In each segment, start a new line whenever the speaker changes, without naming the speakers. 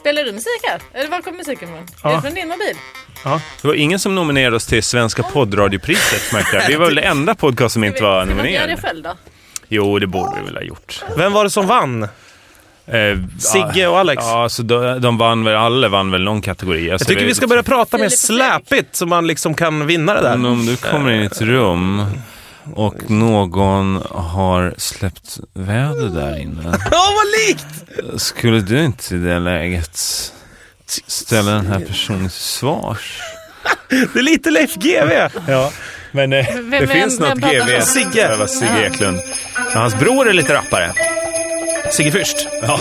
Spelar du musik här? Eller var kommer musiken ifrån?
Ja.
Är det från din mobil?
Ja. Det var ingen som nominerade oss till Svenska poddradiopriset, märkte jag. Vi var väl den enda podcast som inte var
Ska man inte göra det
nominerad.
själv då?
Jo, det borde vi väl ha gjort.
Vem var det som vann?
Eh,
Sigge
ja.
och Alex.
Ja, så de, de vann väl, alla vann väl någon kategori. Alltså,
Jag tycker
det-
vi ska börja prata mer
Filip och Fredrik.
släpigt så man liksom kan vinna det
Men
där.
om du kommer in i ett rum och någon har släppt väder där inne.
Ja, vad likt!
Skulle du inte i det läget ställa den här personen till svars?
Det är lite Leif GW.
Ja, men eh, det
vem-
finns
vem
något
pratar
GV.
om?
Sigge.
Det var Sigge Eklund. Ja, hans bror är lite rappare.
Sigge Fürst.
Ja,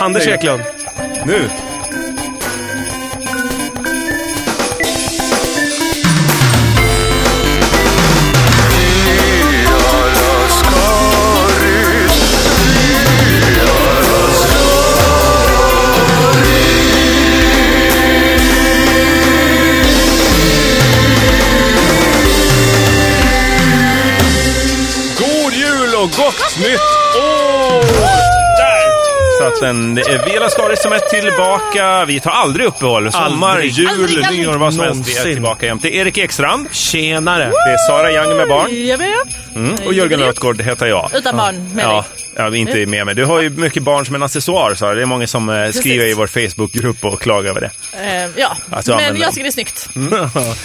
Anders Eklund.
nu. God jul och gott nytt år! Där satt den. Det är Vela Skaris som är tillbaka. Vi tar aldrig uppehåll. Sommar,
Aldrig.
jul,
Aldrig, aldrig.
nyår, vad som helst. Vi är
Någonsin.
tillbaka jämt. Det är Erik Ekstrand.
Tjenare.
Det är Sara Young med barn.
Ja, men ja.
Mm. Och Jörgen Lötgård heter jag.
Utan barn, menar
Ja,
jag.
ja, inte med mig. Du har ju mycket barn som en accessoar, Sara. Det är många som eh, skriver i vår Facebookgrupp och klagar över det.
Eh, ja.
Att du
Men
använder
jag
dem.
tycker det är snyggt.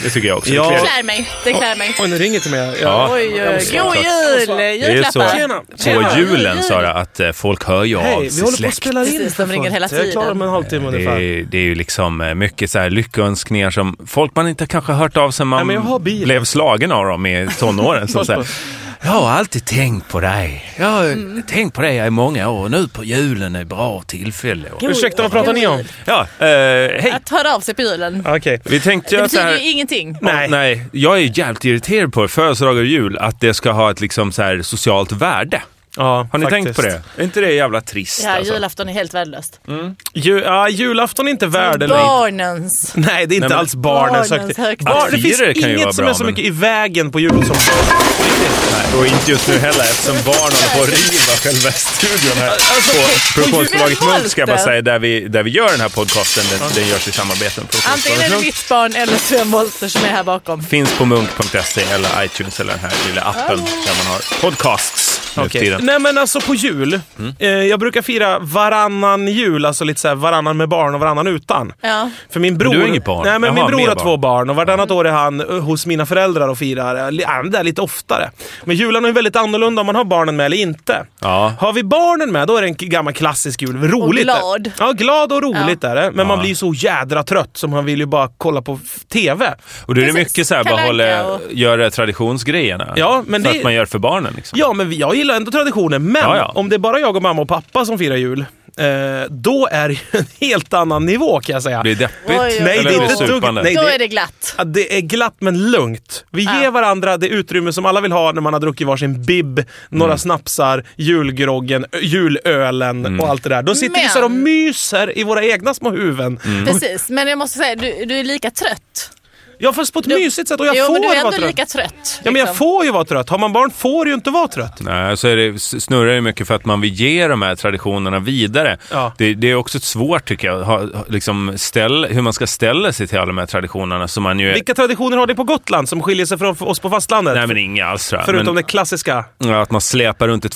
Det tycker jag också.
Ja.
Det är
Klär mig. Det klär mig.
Oj, nu ringer till mig.
Ja.
Oj, oj, oj. God jul!
Det är ju så
Julklappar.
på
Tjena.
julen, Sara, att eh, folk hör ju av
Hej, vi
sig
håller på att
släkt.
spela in.
Precis, de
för
ringer
fullt.
hela
Jag är klar om en halvtimme
Det
ungefär.
är, det är ju liksom eh, mycket så här lyckönskningar som folk man inte kanske har hört av sig.
Nej,
Man
men jag har bil.
blev slagen av dem i tonåren. så så här, jag har alltid tänkt på dig. Jag har
Mm.
tänkt på dig i många år. Nu på julen är ett bra tillfälle. Och-
Ursäkta, vad pratar ni om?
Ja, eh, hej.
Att höra av sig på julen.
Okej.
Vi tänkte
Det
göra så
betyder ju
här.
ingenting.
Nej.
Nej.
Nej, jag är jävligt irriterad på födelsedagar och jul, att det ska ha ett liksom så här socialt värde.
Ja,
Har ni tänkt
faktiskt.
på det? Är inte det jävla trist?
Ja,
alltså?
julafton är helt värdelöst.
Ju, ja, julafton är inte värdelöst.
Barnens.
Nej, det är inte
Nej, men-
alls barnens
Barnens
högtid.
högtid.
Bar,
Att
det finns
fira det kan ju vara
inget som
bra,
är så
men-
mycket i vägen på jul som
Och inte just nu heller eftersom barn håller på att riva själva studion här.
Alltså,
på produktionsbolaget
på
Munk ska jag bara
Hulten.
säga, där vi, där vi gör den här podcasten, den, den görs i samarbete med
Antingen är
produktionsbolaget
det
Munk.
mitt barn eller Sven Wollter som är här bakom.
Finns på munk.se eller iTunes eller den här lilla appen där man har podcasts nu för
Okej.
tiden. Mm.
Nej men alltså på jul. Eh, jag brukar fira varannan jul, alltså lite såhär varannan med barn och varannan utan.
Ja.
För min bror,
du har inget barn?
Nej, men
Jaha,
min bror
mer
har
barn.
två barn och vartannat
Mm.
år är han eh, hos mina föräldrar och firar. eh, li- ja, men Det är lite oftare. Men julen är väldigt annorlunda om man har barnen med eller inte.
Ja.
Har vi barnen med, då är det en k- gammal klassisk jul. Roligt.
glad.
Ja, glad och roligt är det. Men man
Ja.
blir så jädra trött som man vill ju bara kolla på f- TV.
Och då är det
Precis.
mycket så här, bara
Kalle Anka
håller,
och-
gör traditionsgrejerna.
Ja, men
så
det-
att man gör för barnen liksom.
Ja, men vi- jag gillar ändå traditionen. Men
Ja, ja.
om det är bara jag och mamma och pappa som firar jul, eh, då är det ju en helt annan nivå kan jag säga.
Blir det deppigt?
Oj, oj, oj.
Eller
Nej, det är
blir
inte
ett dugg-
supande?
nej.
Då
det-
är det glatt.
Ja, Det är glatt men lugnt. Vi
Ja.
ger varandra det utrymme som alla vill ha när man har druckit varsin bib,
Mm.
några snapsar, julgroggen, ö- julölen
Mm.
och allt det där. Då sitter vi så här och
Men-
myser i våra egna små huvuden.
Mm.
Precis, men jag måste säga, du, du är lika trött.
Jag fast på ett
Du-
mysigt sätt och jag
jo, men du
får
är ändå
vara trött.
lika trött.
Ja, men jag
liksom.
får ju vara trött. Har man barn får du ju inte vara trött.
Nej, så är det, s- snurrar ju mycket för att man vill ge de här traditionerna vidare.
Ja.
Det, det är också ett svårt, tycker jag, ha, ha- liksom ställ, hur man ska ställa sig till alla de här traditionerna. Som man ju,
Vilka traditioner har ni på Gotland som skiljer sig från oss på fastlandet?
Nej, men inga alls. tror jag.
Förutom
men,
det klassiska.
ja, Att man släpar runt ett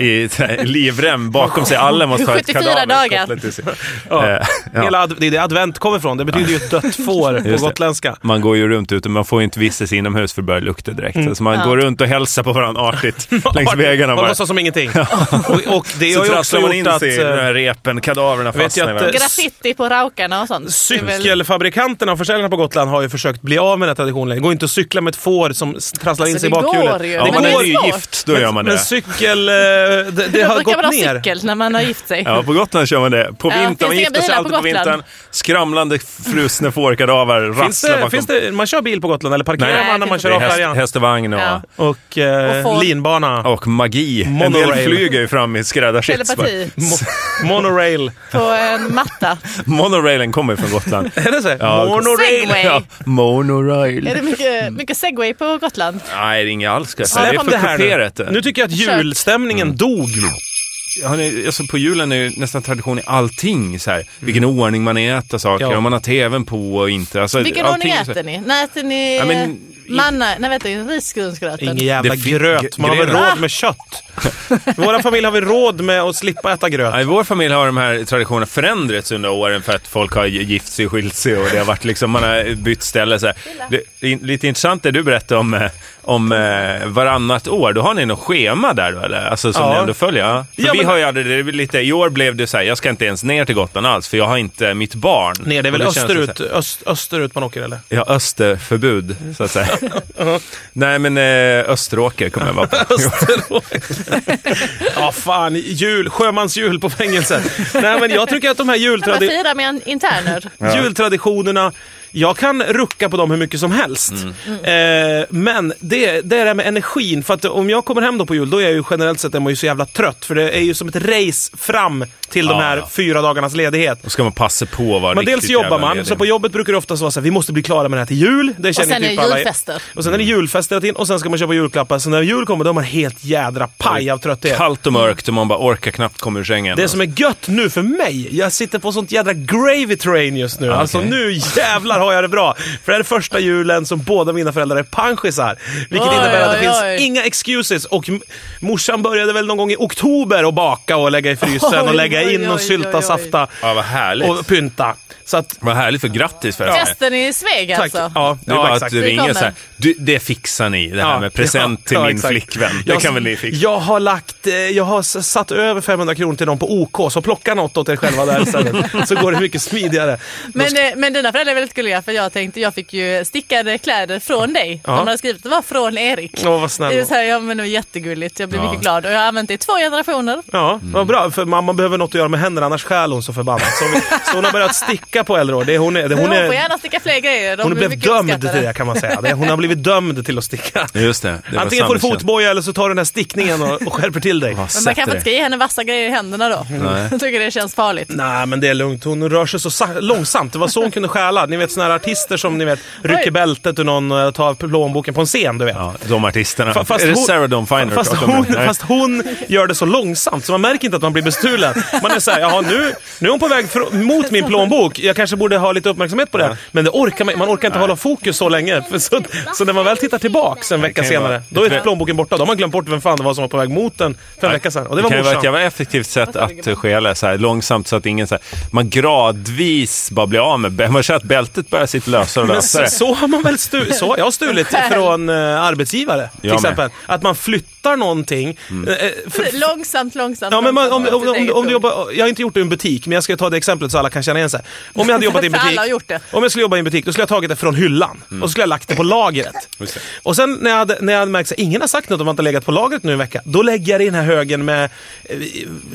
i så här, livrem bakom sig. Alla måste ha ett
74
kadaver
dagar.
kopplat till sig.
Ja.
Eh, ja.
Hela ad- det är det advent kommer ifrån. Det betyder ju ett dött får
det.
på gotländska.
Man går ju runt ute, man får ju inte vistas inomhus för det börjar lukta direkt. Så man går runt och hälsar på varandra artigt längs vägarna.
Mm. Man
Bara.
låtsas som ingenting. och, och det
Så
har ju också
trasslar man in
gjort att...
sig i de
eh,
här repen, kadaverna
vet jag
fastnar i
att,
varandra.
Graffiti på raukarna och sånt. Det är väl-
Cykelfabrikanterna och försäljarna på Gotland har ju försökt bli av med den här traditionen. Det går inte att cykla med ett får som s- trasslar in
Alltså,
sig i
det går
bakhjulet.
ju.
Ja,
Men
om man
det
är
är svårt.
nygift, då gör man det.
Men cykel... eh, Det, det har
brukar man ha
gått ner.
cykel när man har gift sig.
Ja, på Gotland kör man det. På
Ja,
vintern,
finns det
man
inga
gifter sig
bilar
alltid
på
på vintern.
Gotland?
Skramlande frusna fårkadaver
Finns
rasslar
det,
bakom.
finns det, man kör bil på Gotland eller parkerar
Nej.
man när man
Det
kör
är
av
häst,
färjan?
häst och vagn och,
Ja.
Och,
Och
eh,
får-
linbana.
och magi. En del
Monorail.
flyger ju fram i skräddarsits.
Telepati
Mo- monorail.
på en matta.
Monorailen kommer från Gotland.
Är det så?
Ja.
monorail.
Segway.
Ja,
Är
monorail.
det
Mm.
mycket, mycket segway på Gotland?
Nej, det är inget alls. ska jag säga.
Släpp
Det Mm. är för
det här
kuperat.
nu. Nu tycker jag att julstämningen dog.
har ni, alltså på julen är ju nästan tradition i allting. Så här, Vilken ordning man äter saker,
Ja.
om man har tvn på och inte. Alltså,
Vilken
allting
ordning
är så-
äter ni? När äter ni
Ja,
eh,
men-
manna... Nej, vänta, risgrynsgröten?
Ingen jävla
Det fin-
gröt. Man har väl
gröt.
råd med kött? I Våra familj har vi råd med att slippa äta gröt.
Ja, I vår familj har de här traditionerna förändrats under åren för att folk har gift sig, skilt sig och det har varit liksom, man har bytt ställe. Så här. Det, det är lite intressant det du berättade om, eh, om eh, varannat år. Då har ni något schema där då, eller? Alltså som
Ja.
ni ändå följer? Ja. För
Ja,
vi
men-
har ju aldrig, det är väl lite, I år blev det så här, jag ska inte ens ner till Gotland alls för jag har inte mitt barn.
Nej, det är väl
Och känns så här-
österut, öst, österut man åker eller?
Ja, österförbud, så att säga. Nej, men eh, Österåker kommer jag vara på.
Ja, fan. Jul. Sjömansjul på fängelset. Nej, men jag tycker att de här
Man
jultradi-
firar med en interner.
jultraditionerna, jag kan rucka på dem hur mycket som helst.
Mm.
Eh, men det, det är det här med energin. För att om jag kommer hem då på jul, då är jag ju generellt sett är man ju så jävla trött. För det är ju som ett race fram till
Ja,
de här
ja.
fyra dagarnas ledighet.
Då ska man passa på att vara
Men dels
riktigt
jobbar
jävla
man,
ledig.
så på jobbet brukar det oftast vara så här, vi måste bli klara med det här till jul. Det
Och
känner
sen är
typ
det
alla-
julfester.
Och sen är det julfest hela tiden och sen ska man köpa julklappar. Så när jul kommer då är man helt jädra paj av trötthet.
Kallt och mörkt och man bara orkar knappt komma ur sängen.
Det som är gött nu för mig, jag sitter på sånt jädra gravy train just nu. Alltså
Ah, okej.
nu jävlar har jag det bra. För det är den första julen som båda mina föräldrar är panschisar. Vilket
Oj,
innebär att det
oj,
finns
oj.
inga excuses. Och m- morsan började väl någon gång i oktober att baka och lägga i frysen och
Oj,
lägga
oj,
in och
oj, oj,
sylta,
oj.
safta
Ja, vad härligt.
och pynta. Så att,
Vad härligt för grattis förresten.
Festen i Sveg
tack.
alltså.
Ja,
Det är bara att
exakt.
du
Vi
ringer
kommer.
så här. Du, det fixar ni, det här
Ja,
med present
ja,
till
ja,
min
exakt.
flickvän. Det
Jag-
kan väl ni fixa?
Jag har lagt, eh, jag har s- satt över 500 kronor till dem på OK, så plocka något åt er själva där istället. så går det mycket smidigare.
Men, eh, men dina föräldrar är väldigt gulliga för jag tänkte jag fick ju stickade kläder från dig.
Ja.
De hade skrivit det var från Erik.
Åh, vad
Det är
snäll.
så här, ja, men det var jättegulligt. Jag blev
Ja.
mycket glad och jag har använt det i två generationer.
Ja,
Mm.
vad bra. För mamma behöver något att göra med händerna, annars stjäl hon så förbannat. Så, hon- så hon har börjat sticka på äldre år. Det är, hon, är, det, hon,
Hon, får
är,
gärna sticka fler grejer. De
hon
blir
blev
mycket
dömd till
uppskattade.
det kan man säga. Det, hon har blivit dömd till att sticka.
Just det. det var
Antingen får du
samhällstjänst.
fotboja eller så tar du den här stickningen och, och skärper till dig.
Ja,
Men man
sätter
kanske
det.
inte ska ge henne vassa grejer i händerna då.
Nej.
Jag tycker det känns farligt.
Nej, men det är lugnt. Hon rör sig så sa- långsamt. Det var så hon kunde stjäla. Ni vet såna här artister som ni vet rycker
Oj.
bältet ur någon och tar plånboken på en scen, du vet.
Ja, de artisterna.
Fa- fast
är det
hon-
Sarah Dawn Finer?
Fast
pratar om
hon,
nu? Nej.
fast hon gör det så långsamt så man märker inte att man blir bestulen. Man är såhär, jaha nu, nu är hon på väg fr- mot min plånbok. Jag kanske borde ha lite uppmärksamhet på det. här." Men det orkar man, man orkar inte hålla fokus så länge. För så, så när man väl tittar tillbaks en vecka
kan ju
senare,
vara-
då är plånboken borta. Då har man glömt bort vem fan det var som var på väg mot den för en vecka sedan. Och det var
kan ju vara ett
morsan.
jävla effektivt sätt att stjäla så här, långsamt så att ingen så här, man gradvis bara blir av med bä- Man känner att bältet börjar sitta lösare och
Men så,
lösare.
så har man väl stu- så har jag stulit
Själv.
från eh, arbetsgivare till
Jag med. Mm.
exempel. Att man flyttar någonting. eh, eh, för-
Långsamt, långsamt.
Ja, men man, om,
långsamt åt sitt
om, om,
eget
om du
håll.
jobbar, jag har inte gjort det i en butik, men jag ska ta det exemplet så alla kan känna igen sig. Om jag hade jobbat i en
För alla
butik,
har gjort det. Mm.
Om jag skulle jobba i en butik, då skulle jag ha tagit det från hyllan och så skulle jag ha lagt det på lagret.
Just det.
Och sen när jag hade, när jag hade märkt att ingen har sagt något om att det har legat på lagret nu en vecka, då lägger jag det i den här högen med eh,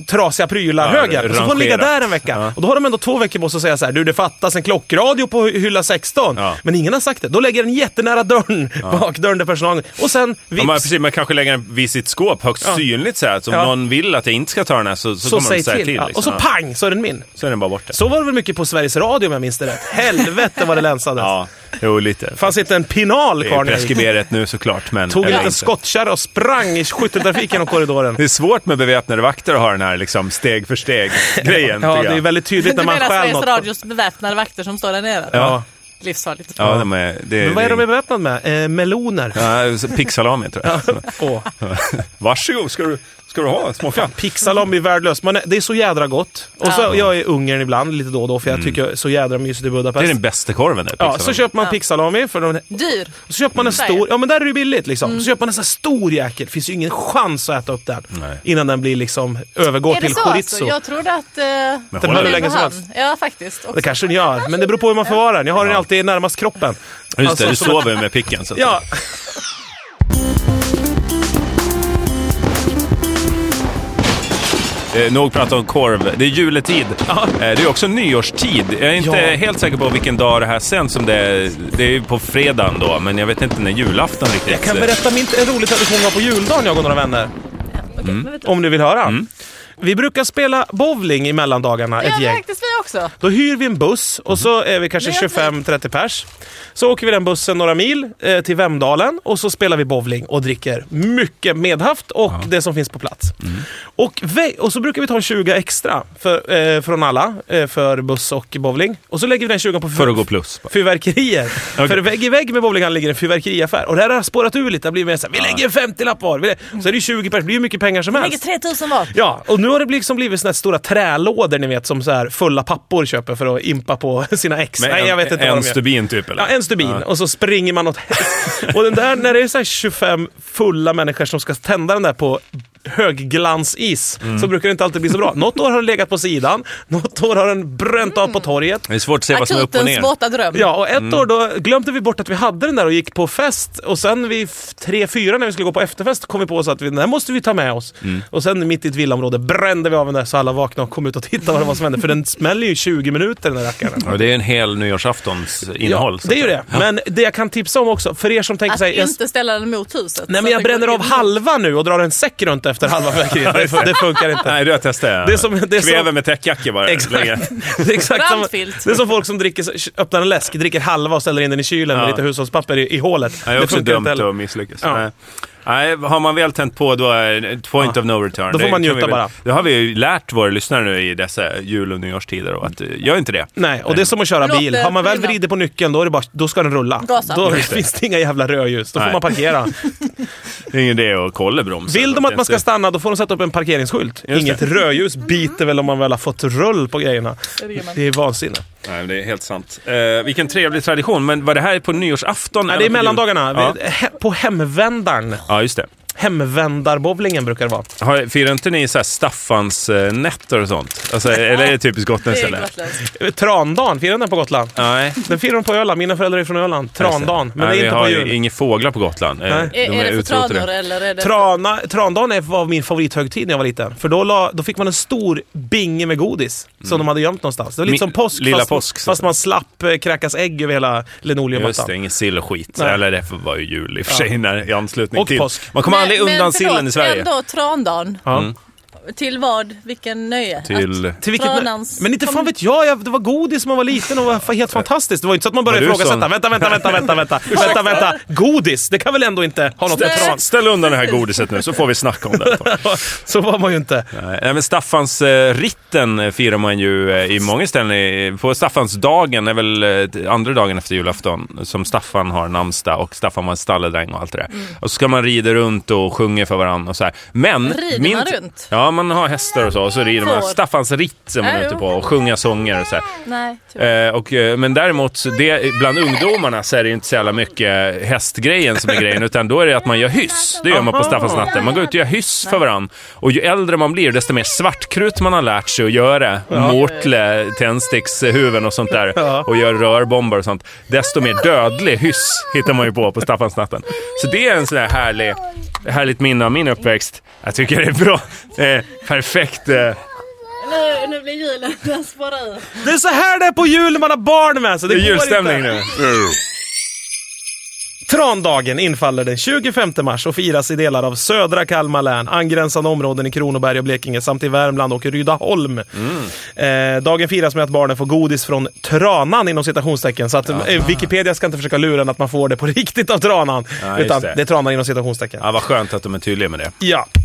trasiga
Ja,
prylar-högen. och så får den ligga
rangerat.
där en vecka.
Ja.
Och då har de ändå två veckor på sig att säga så här, du det fattas en klockradio på hy- hylla 16.
Ja.
Men ingen har sagt det. Då lägger jag den jättenära dörren, bakdörren där personalen Och sen vips.
Ja, man, precis, man kanske lägger den vid sitt skåp högst synligt så här, att om
Ja.
någon vill att jag inte ska ta den här så, så,
så
kommer de
säg
säga
till.
till.
Ja,
liksom.
och så
Ja.
pang så är den min.
så är den bara borta.
Så var det väl mycket på Sveriges Radio om jag minns det rätt. Helvete vad det länsades.
Ja, jo lite.
Det fanns inte en pinal
Det
kvar
är
när jag gick.
preskriberat nu såklart, men...
Tog en
eller
liten
inte.
skottkärra och sprang i skytteltrafik genom korridoren.
Det är svårt med beväpnade vakter att ha den här liksom, steg för steg-grejen.
Ja,
tycker
det
jag.
är väldigt
Du
tydligt när man
menar
stjäl
Sveriges
något.
Radios beväpnade vakter som står där nere?
Ja.
Livsfarligt.
Ja, de är, det,
Men vad är de beväpnade med? Eh, meloner.
Ja, så picksalami tror jag.
Åh,
Varsågod, ska du, ska du ha småfjan?
Pixalom är värdelöst, men det är så jädra gott. Och så,
Ja.
jag är i Ungern ibland lite då och då, för jag tycker jag är så jädra mysigt i Budapest.
Mm. Det är den bästa korven där,
Ja,
pixsalami.
så köper man
Ja.
pixalami för de
Dyr.
Så köper man en
Sverige. Mm.
stor, ja men där är det ju billigt liksom. Så köper man en sån här stor jäkel, finns ju ingen chans att äta upp den.
Nej.
Innan den blir liksom, övergår
är det
till
så
chorizo.
alltså? Jag trodde att... Eh,
håller
var
du
länge som
han.
helst?
Ja, faktiskt.
Det
Också.
kanske den gör, men det beror på hur man förvarar den. Jag har den alltid närmast kroppen.
Just
Alltså,
det, du
så-
sover med picken. Så att-
Ja,
Eh, nog pratat om korv. Det är juletid. Eh, det är också nyårstid. Jag är inte
Ja.
helt säker på vilken dag det här sänds. Om det, är, det är ju på fredagen då, men jag vet inte när julafton riktigt.
jag kan berätta min, en rolig tradition vi har på juldagen jag och några vänner.
Okej, men vet du-
Mm.
Om du vill höra. Vi brukar spela bowling i mellandagarna,
Det
ett
gör
gäng. Alltså-
faktiskt vi också.
Då hyr vi en buss och så är vi kanske
Det är
25-30 pers. Så åker vi den bussen några mil eh, till Vemdalen och så spelar vi bowling och dricker mycket medhaft och det som finns på plats. Och, vä- och så brukar vi ta en 20 extra för, eh, från alla eh, för buss och bowling. Och så lägger vi den 20 på
För att gå plus.
fyrverkerier. För vägg i vägg med bowlinghallen ligger en fyrverkeriaffär. Och det här har spårat ur lite. Det har blivit mer så här, vi lägger en 50-lapp var. Vi lä- Så är det ju 20 pers, det blir ju mycket pengar som
Vi
helst.
lägger 3000 var.
Ja, och nu har det liksom blivit såna här stora trälådor ni vet som så här fulla pappor köper för att impa på sina ex.
Med
Nej, jag vet inte
en,
vad
en
de gör.
stubin typ eller?
Ja, en stubin och så springer man åt Och den där, när det är så här 25 fulla människor som ska tända den där på högglansis
Mm.
så brukar det inte alltid bli så bra. Något år har den legat på sidan, något år har den bränt av på torget.
Det är svårt att se vad som är upp och
Akutens
ner.
våta dröm.
Ja, och ett
Mm.
år då glömde vi bort att vi hade den där och gick på fest. Och sen vid f- tre, fyra när vi skulle gå på efterfest kom vi på så att vi, den här måste vi ta med oss.
Mm.
Och sen mitt i ett villaområde brände vi av den där så alla vaknade och kom ut och tittade vad det var som hände. För den smäller ju i 20 minuter den där rackaren.
Ja, det är en hel nyårsaftons innehåll. så
det är
att
ju
säga.
det. Men det jag kan tipsa om också, för er som tänker
Att
sig jag,
inte ställa den mot huset.
Nej
så
men jag
att det går
bränner av
in.
halva nu och drar en säck runt efter halva fyrverkeriet. Det, det funkar inte.
Nej, du har testat.
Det är som- det är som-
Kväve med täckjacka bara. Länge.
Exakt. Det är, exakt samma,
Brandfilt.
det är som folk som dricker, öppnar en läsk, dricker halva och ställer in den i kylen med
Ja.
lite hushållspapper i, i hålet.
Ja, det är också
funkar
dumt
inte heller.
att misslyckas.
Ja.
Nej. Nej, har man väl tänt på då är det point of no return.
Då får
Det
man
kan vi
njuta
väl-
bara.
Det har vi ju lärt våra lyssnare nu i dessa jul och nyårstider. Och att, eh, gör inte det.
Nej, och det är som att köra
Låt
bil.
det
Har man väl
brinna.
vridit på nyckeln, då, är det bara, då ska den rulla.
Gasa.
Då
Just det.
finns det inga jävla rödljus. Då får
Nej.
man parkera.
Det är ingen idé att kolla bromsen.
Vill de att man ska stanna, då får de sätta upp en parkeringsskylt.
Just
Inget
det.
rödljus biter väl om man väl har fått rull på grejerna.
Det gör man.
Det är vansinne.
Nej, det är helt sant. Eh, vilken trevlig tradition. Men var det här på nyårsafton?
Nej,
eller
det är
på jul?
mellandagarna.
Ja.
Vi- he- På hemvändaren.
ja, just det.
Hemvändarbowlingen brukar det vara.
Har, firar inte ni så här Staffans eh, nätter och sånt? Alltså, eller är det typiskt
Det
gotländskt?
är
eller?
gotländskt.
Eh, Trandagen, firar den på Gotland?
Nej.
Den firar de på Öland. Mina föräldrar är från Öland. Trandagen. Men
Nej,
det är
vi
inte
har
på
ju
jul.
inga fåglar på Gotland. Eh,
Nej.
de
Är, är det för
utrotade.
tranor eller är det...
Trana, trandagen är- var min favorithögtid när jag var liten. För då, la, då fick man en stor binge med godis som de hade gömt någonstans. Det var lite
Min-
som påsk,
Mm. lilla
fast,
påsk, så att
fast man slapp eh, kräkas ägg över hela
Just det,
linoleummattan.
ingen sill och skit.
Nej.
Eller det var ju jul i och för sig när, i anslutning
Och
till.
påsk.
Man kommer
Men-
aldrig
men
undan sillen
förlåt,
i Sverige.
Ändå trandagen.
Ja.
Mm.
Till vad? Vilken nöje?
Till...
Till vilket
Tranans-
men inte fan vet jag, jag, det var godis när man var liten och var fa- helt fantastiskt. Det var inte så att man började
Var du
ifrågasätta.
sån?
Vänta, vänta, vänta, vänta, vänta, vänta, vänta. Godis, det kan väl ändå inte ha något med
Nej.
trans...
Ställ undan det här godiset nu så får vi snacka om det.
Så var man ju inte.
Nej, men Staffansritten eh, firar man ju eh, i många ställen. i- På Staffansdagen är väl eh, andra dagen efter julafton som Staffan har namnsdag och Staffan var en stalledräng och allt det där.
Mm.
Och så ska man rida runt och sjunga för varandra och så här. Men...
Rider man runt?
Ja, man har hästar och så och så rider man.
Får.
Staffansritt är man
Ja,
ute
jo.
på och sjunga sånger och så här.
Nej, tyvärr.
Eh, och, eh, men däremot, så det, bland ungdomarna så är det ju inte så jävla mycket hästgrejen som är grejen, utan då är det att man gör hyss. Det gör man på
Aha.
Staffansnatten. Man går ut och gör hyss för varandra. Och ju äldre man blir, desto mer svartkrut man har lärt sig att göra, mortle, tändstickshuvuden och sånt där,
Ja.
och gör rörbomber och sånt, desto mer dödlig hyss hittar man ju på på Staffansnatten. Så det är en sån här härlig, härligt minne av min uppväxt. Jag tycker det är bra. Eh, perfekt. Eh,
Nu, nu blir julen, den spårar ur.
Det är så här det är på jul när man har barn med sig. Det
det är
går
julstämning
inte.
nu.
Trandagen infaller den 25 mars och firas i delar av södra Kalmar län, angränsande områden i Kronoberg och Blekinge samt i Värmland och Rydaholm.
Mm.
Eh, dagen firas med att barnen får godis från tranan inom citationstecken. Så att eh, Wikipedia ska inte försöka lura en att man får det på riktigt av tranan.
Ja, just
utan
det.
det. är tranan inom citationstecken. Ja.
Ja, vad skönt att de är tydliga med det.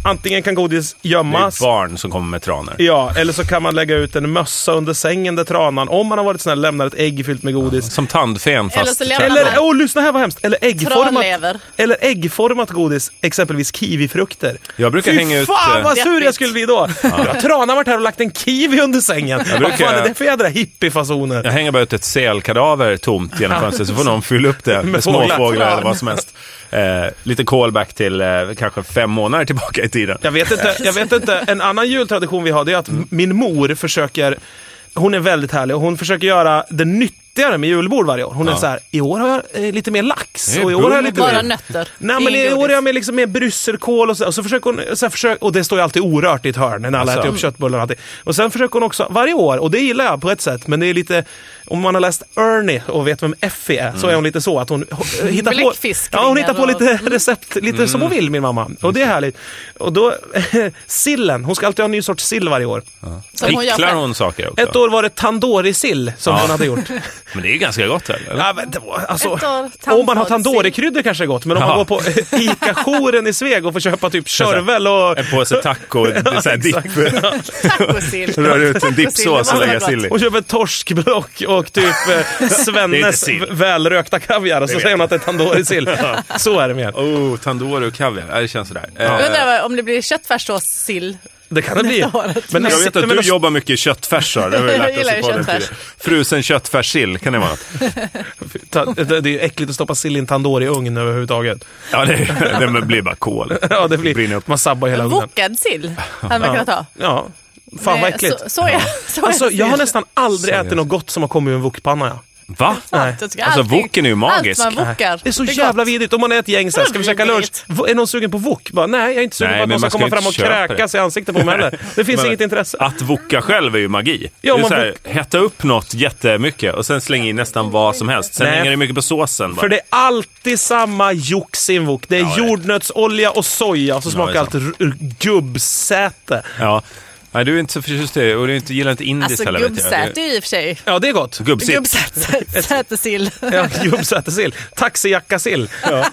antingen kan godis
Det är
gömmas.
ett barn som kommer med tranor.
Ja, eller så kan man lägga ut en mössa under sängen där tranan, om man har varit snäll, lämnar ett ägg fyllt med godis.
Som tandfen fast...
Eller så lämnar
Eller,
Anna.
åh lyssna här vad hemskt! Eller äggformat,
Tranlever.
eller äggformat godis, exempelvis kiwifrukter.
Jag brukar
Fy
hänga ut,
fan
eh,
vad sur jag
Deppigt.
skulle bli då! Då har tranan varit här och lagt en kiwi under sängen. Vad
brukar-
fan är det för jädra hippiefasoner?
jag hänger bara ut ett sälkadaver tomt genom fönstret så får någon fylla upp det med
Med
småfåglar
fåglar.
eller vad som helst. Eh, lite callback till eh, kanske fem månader tillbaka i tiden.
Jag vet, inte, jag vet inte, en annan jultradition vi har det är att m- min mor försöker, hon är väldigt härlig och hon försöker göra det nytt fattigare med julbord varje år. Hon är
Ja.
så här, i år har jag eh, lite mer lax.
Det är
Och i år har jag
bull-
lite mer...
Bara nötter.
Nej
Ingen
men i år är
godis.
jag med, liksom, med brysselkål och så, och så försöker hon, så här, försök, och det står ju alltid orört i ett hörn när alla
Alltså.
äter upp köttbullar och allting. Och sen försöker hon också, varje år, och det gillar jag på ett sätt, men det är lite, om man har läst Ernie och vet vem Effie är, så är hon lite så att hon eh, hittar på,
Bläckfiskringar
ja, hon hittar på
och- Mm.
lite recept, lite som hon vill min mamma. Och det är härligt. Och då, sillen, hon ska alltid ha en ny sorts sill varje år.
Som hon gör
Picklar
själv.
hon saker också?
Ett år var det tandoori-sill som
Ja.
hon hade gjort.
Men det är ju ganska gott väl? eller?
Ja, men det var, alltså,
Ett år
om man har
tandoori-sill.
tandoori-kryddor kanske är gott, men om man
Ja.
går på ICA-jouren i Sveg och får köpa typ
här,
körvel och...
En påse taco, så här dipp.
Tacosill.
Rör ut en dippsås
Tacosill,
och
det
lägga
var
sill i.
Och köper torskblock och typ eh,
Det är inte
Svennes
sill.
välrökta kaviar och så säger hon att det är tandoori-sill. Så är det med.
Oh, tandoori och kaviar. Ja, det känns sådär.
Jag
Eh,
undrar vad- om det blir köttfärssås-sill.
Det kan det bli.
året.
Men
Jag vet att
men
du
jag-
jobbar mycket i köttfärsar. Det har vi
Jag
lärt oss
gillar
i
ju
podden
köttfärs.
tidigare. Frusen köttfärssill, kan det vara något?
ta- Det det är ju äckligt att stoppa sill i en tandoori i ugn överhuvudtaget.
Ja, det, det blir bara kol.
Ja, det
Brinner
blir...
upp.
Man sabbar hela ugnen.
Wokad sill hade man kunnat ha.
Ja. Fan vad
Med
äckligt.
so- Soja. soja
Alltså, jag har
sill.
nästan aldrig
Seriöst.
ätit något som har kommit ur en wokpanna. Ja.
Va?
Nej.
Jag tycker
Alltså,
allting-
woken är ju magisk.
Allt man wokar.
Det är så
gott.
jävla vidrigt. Om man är ett gäng så här, ska vi käka lunch?
Vidrigt.
V- Är någon sugen på wok? Bara, nej, jag är inte sugen
Nej,
på att någon
men
ska
man ska
komma
ju
fram och
inte köpa
kräkas i ansiktet på mig heller. Det finns
Men-
inget intresse.
Att woka själv är ju magi.
Ja,
det är
man
så här, hetta upp något jättemycket och sen slänga in nästan vad som helst. Sen
Nej.
hänger det mycket på såsen. Bara.
För det är alltid samma jox i en wok. Det är
Ja, det-
jordnötsolja och soja och så
det
smakar
är
allt r- gubbsäte.
Ja. Nej, du är inte så förtjust i det och du inte, gillar inte indiskt
Alltså
heller. vet jag.
gubbsäte i och för sig.
Ja, det är gott.
Du- Gubbsitt.
Gubbsäte. Sätesill.
Ja, Gubbsätesill. Taxijackasill. Ja.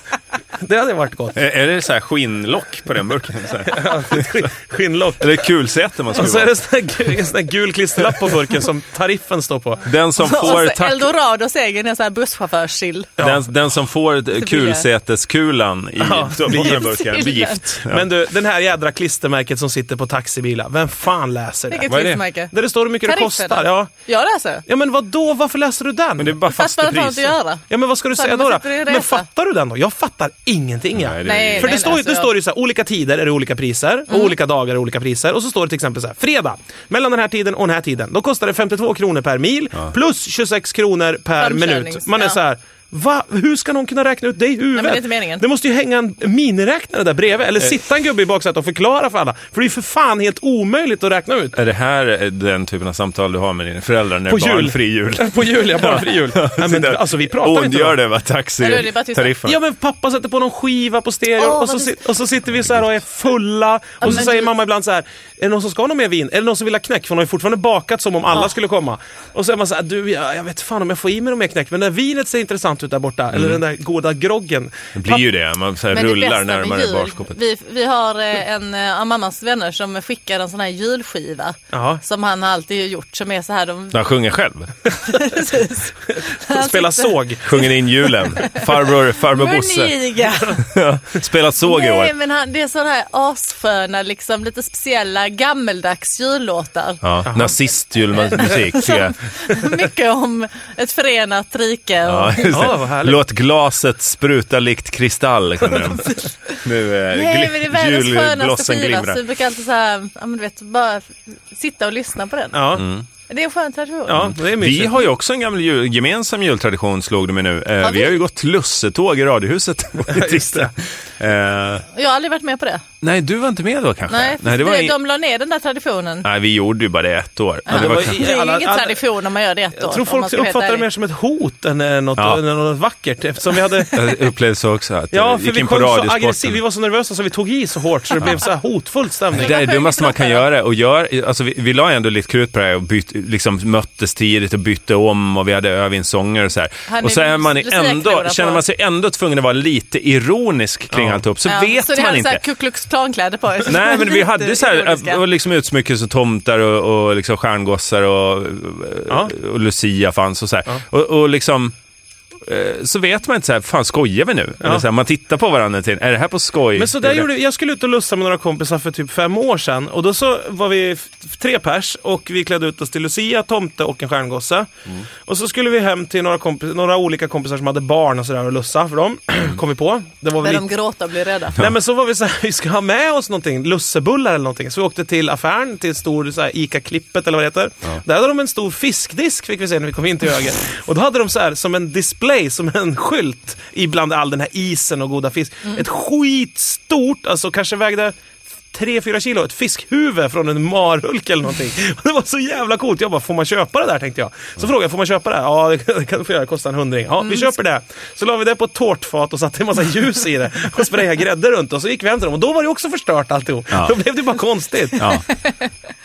Det hade varit gott.
Är- Är det så här skinnlock på den burken? Så här?
Skinnlock.
Eller kulsäte man
Och så
skulle
är det
vara.
sån här gu- en sån här gul klisterlapp på burken som tariffen står på.
Den som får,
Och så
tack,
Eldorados egen är så här busschaufförssill.
den, den som får eh, kulsäteskulan i
Ja,
på
blir
gift.
den burken blir gift. Ja.
Men du, den här jädra klistermärket som sitter på taxibilar. Vem fan läser det?
Vilket
vad är det?
klistermärke.
Där det står hur mycket det
Tariffen.
kostar. Ja.
Jag läser.
ja, men vad då? Varför läser du den?
Men det är bara
Fast man
fasta
har något att
priser.
göra.
Ja, men vad ska du
Fan,
säga
man
då? då?
sitter i en
Men
resa.
fattar du den då? Jag fattar ingenting. Jag.
Nej, det-
Nej,
För det
nej,
står, ju-
alltså, Mm.
det står ju så här, olika tider är det olika priser, och olika dagar är olika priser. Och så står det till exempel så här, fredag, mellan den här tiden och den här tiden, då kostar det 52 kronor per mil, plus 26 kronor per
Framkörnings-
minut. Man är
ja.
så här, Va? Hur ska någon kunna räkna ut det i huvudet?
men det är inte meningen.
det måste ju hänga en miniräknare där bredvid,
Eh.
eller sitta en gubbe i baksätet och förklara för alla. För det är ju för fan helt omöjligt att räkna ut.
Är det här eh, den typen av samtal du har med dina föräldrar när
På
det är
jul.
barnfri jul?
På jul, jag bara fri jul. Nej, men,
Sitter-
alltså vi pratar ju inte
Ondgör
då.
det va,
Eller är det bara tysta?
taxitariffen.
Ja men pappa sätter på någon skiva på stereo
Åh,
och, så
vad
sit, och så sitter vi så här och är fulla och så
men
säger
du-
mamma ibland så här Är det någon som ska ha någon mer vin? Är det någon som vill ha knäck? För hon har ju fortfarande bakat som om alla skulle komma. Och så är man så här, du jag, jag vet fan om jag får i mig någon mer knäck men det där vinet ser intressant ut där borta. Eller den
Mm.
där goda groggen.
Det blir ju det, man så här,
Men det
rullar
bästa med
närmare
jul,
barskåpet.
Vi, vi har eh, en eh, av mammas vänner som skickar en sån här julskiva.
Ja.
Som han alltid har gjort, som är så här. De,
När han sjunger själv.
precis. Han
Spela
sitter-
såg.
Sjunger in julen. Farbror, farbror Bosse.
Mörniga.
Spelat såg i
Nej
år.
men han, det är sådana här assköna, liksom, lite speciella gammeldags jullåtar.
Ja, nazistjulmusik. Ja,
Mycket om ett förenat rike. Och...
ja, just
Ja, vad
det.
härligt.
Låt glaset spruta likt kristall. sjunger de. Nu, eh,
Nej
gl-
men det är världens skönaste
julglossen
skiva så
glimrar.
vi brukar alltid så här, ja, men du vet, bara sitta och lyssna på den.
Ja,
Det är en skön tradition.
ja det är
Mm. Vi
mysigt.
har ju också en gammal jul, gemensam jultradition, slog det mig nu. Eh,
Har
vi?
vi?
har ju gått lussetåg i Radiohuset. Just Eh,
Jag har aldrig varit med på det.
nej, du var inte med då kanske?
Nej,
det var
det
i-
de la ner den där traditionen.
nej vi gjorde ju bara det ett år. Men
Det var i-
Det är
alla-
ju ingen
alla-
tradition om man gör det ett år.
Jag tror
om man
folk
ska vara helt
uppfattar det
ärlig.
mer som ett hot än eh, något,
Ja.
än något vackert eftersom vi hade
Jag upplevde så också, att
Ja,
jag
för
gick
vi
in på
kom så aggressivt.
radiosporten.
Vi var så nervösa så vi tog i så hårt så det blev så här hotfull stämning.
Det är det
Varför
dummaste man
knappt
kan
då?
göra. Och gör, alltså vi, vi la ändå lite krut på det här och byt, liksom möttes tidigt och bytte om och vi hade övningssånger och så här.
Hade
Och så
ni
är man
Lucia
ändå,
klura på?
känner man sig ändå tvungen att vara lite ironisk kring alltihop. Så
Ja,
vet
så ni
man
hade
inte.
Så här Ku Klux Klan-kläder på er.
Nej, men vi hade så här,
Ironiska.
eh,
det var liksom utsmyckelse och tomtar och, och liksom stjärngossar och,
Ja.
och Lucia fanns och så här. Och, och liksom, eh, så vet man inte så här, fan skojar vi nu? Eller så här, man tittar på varandra till, är det här på skoj?
Men så där
Eller-
gjorde, jag skulle ut och lussa med några kompisar för typ fem år sedan. Och då så var vi f- tre pers och vi klädde ut oss till Lucia, tomte och en stjärngosse.
Mm.
Och så skulle vi hem till några, kompis, några olika kompisar som hade barn och sådär och lussa för dem. Kom vi på. Det var väl
När
lite...
de gråter och blir rädda.
Nej men så var vi så här, vi ska ha med oss någonting, lussebullar eller någonting. Så vi åkte till affären, till stor så här, ICA-klippet eller vad det heter. Där hade de en stor fiskdisk fick vi se när vi kom in till höger. Och då hade de så här, som en display, som en skylt i bland all den här isen och goda fisk. Ett skitstort, alltså kanske vägde 3-4 kilo, ett fiskhuvud från en marhulk eller någonting. Och det var så jävla coolt. Jag bara, får man köpa det där tänkte jag. Så frågade jag, får man köpa det? här? Ja, det kan- det kan du få göra. Det kostar en hundring. Ja, vi köper det. Så la vi det på ett tårtfat och satte en massa ljus i det och sprayade grädde runt och så gick vi hem till dem och då var det också förstört alltihop.
Ja.
Då blev det bara konstigt.
Ja,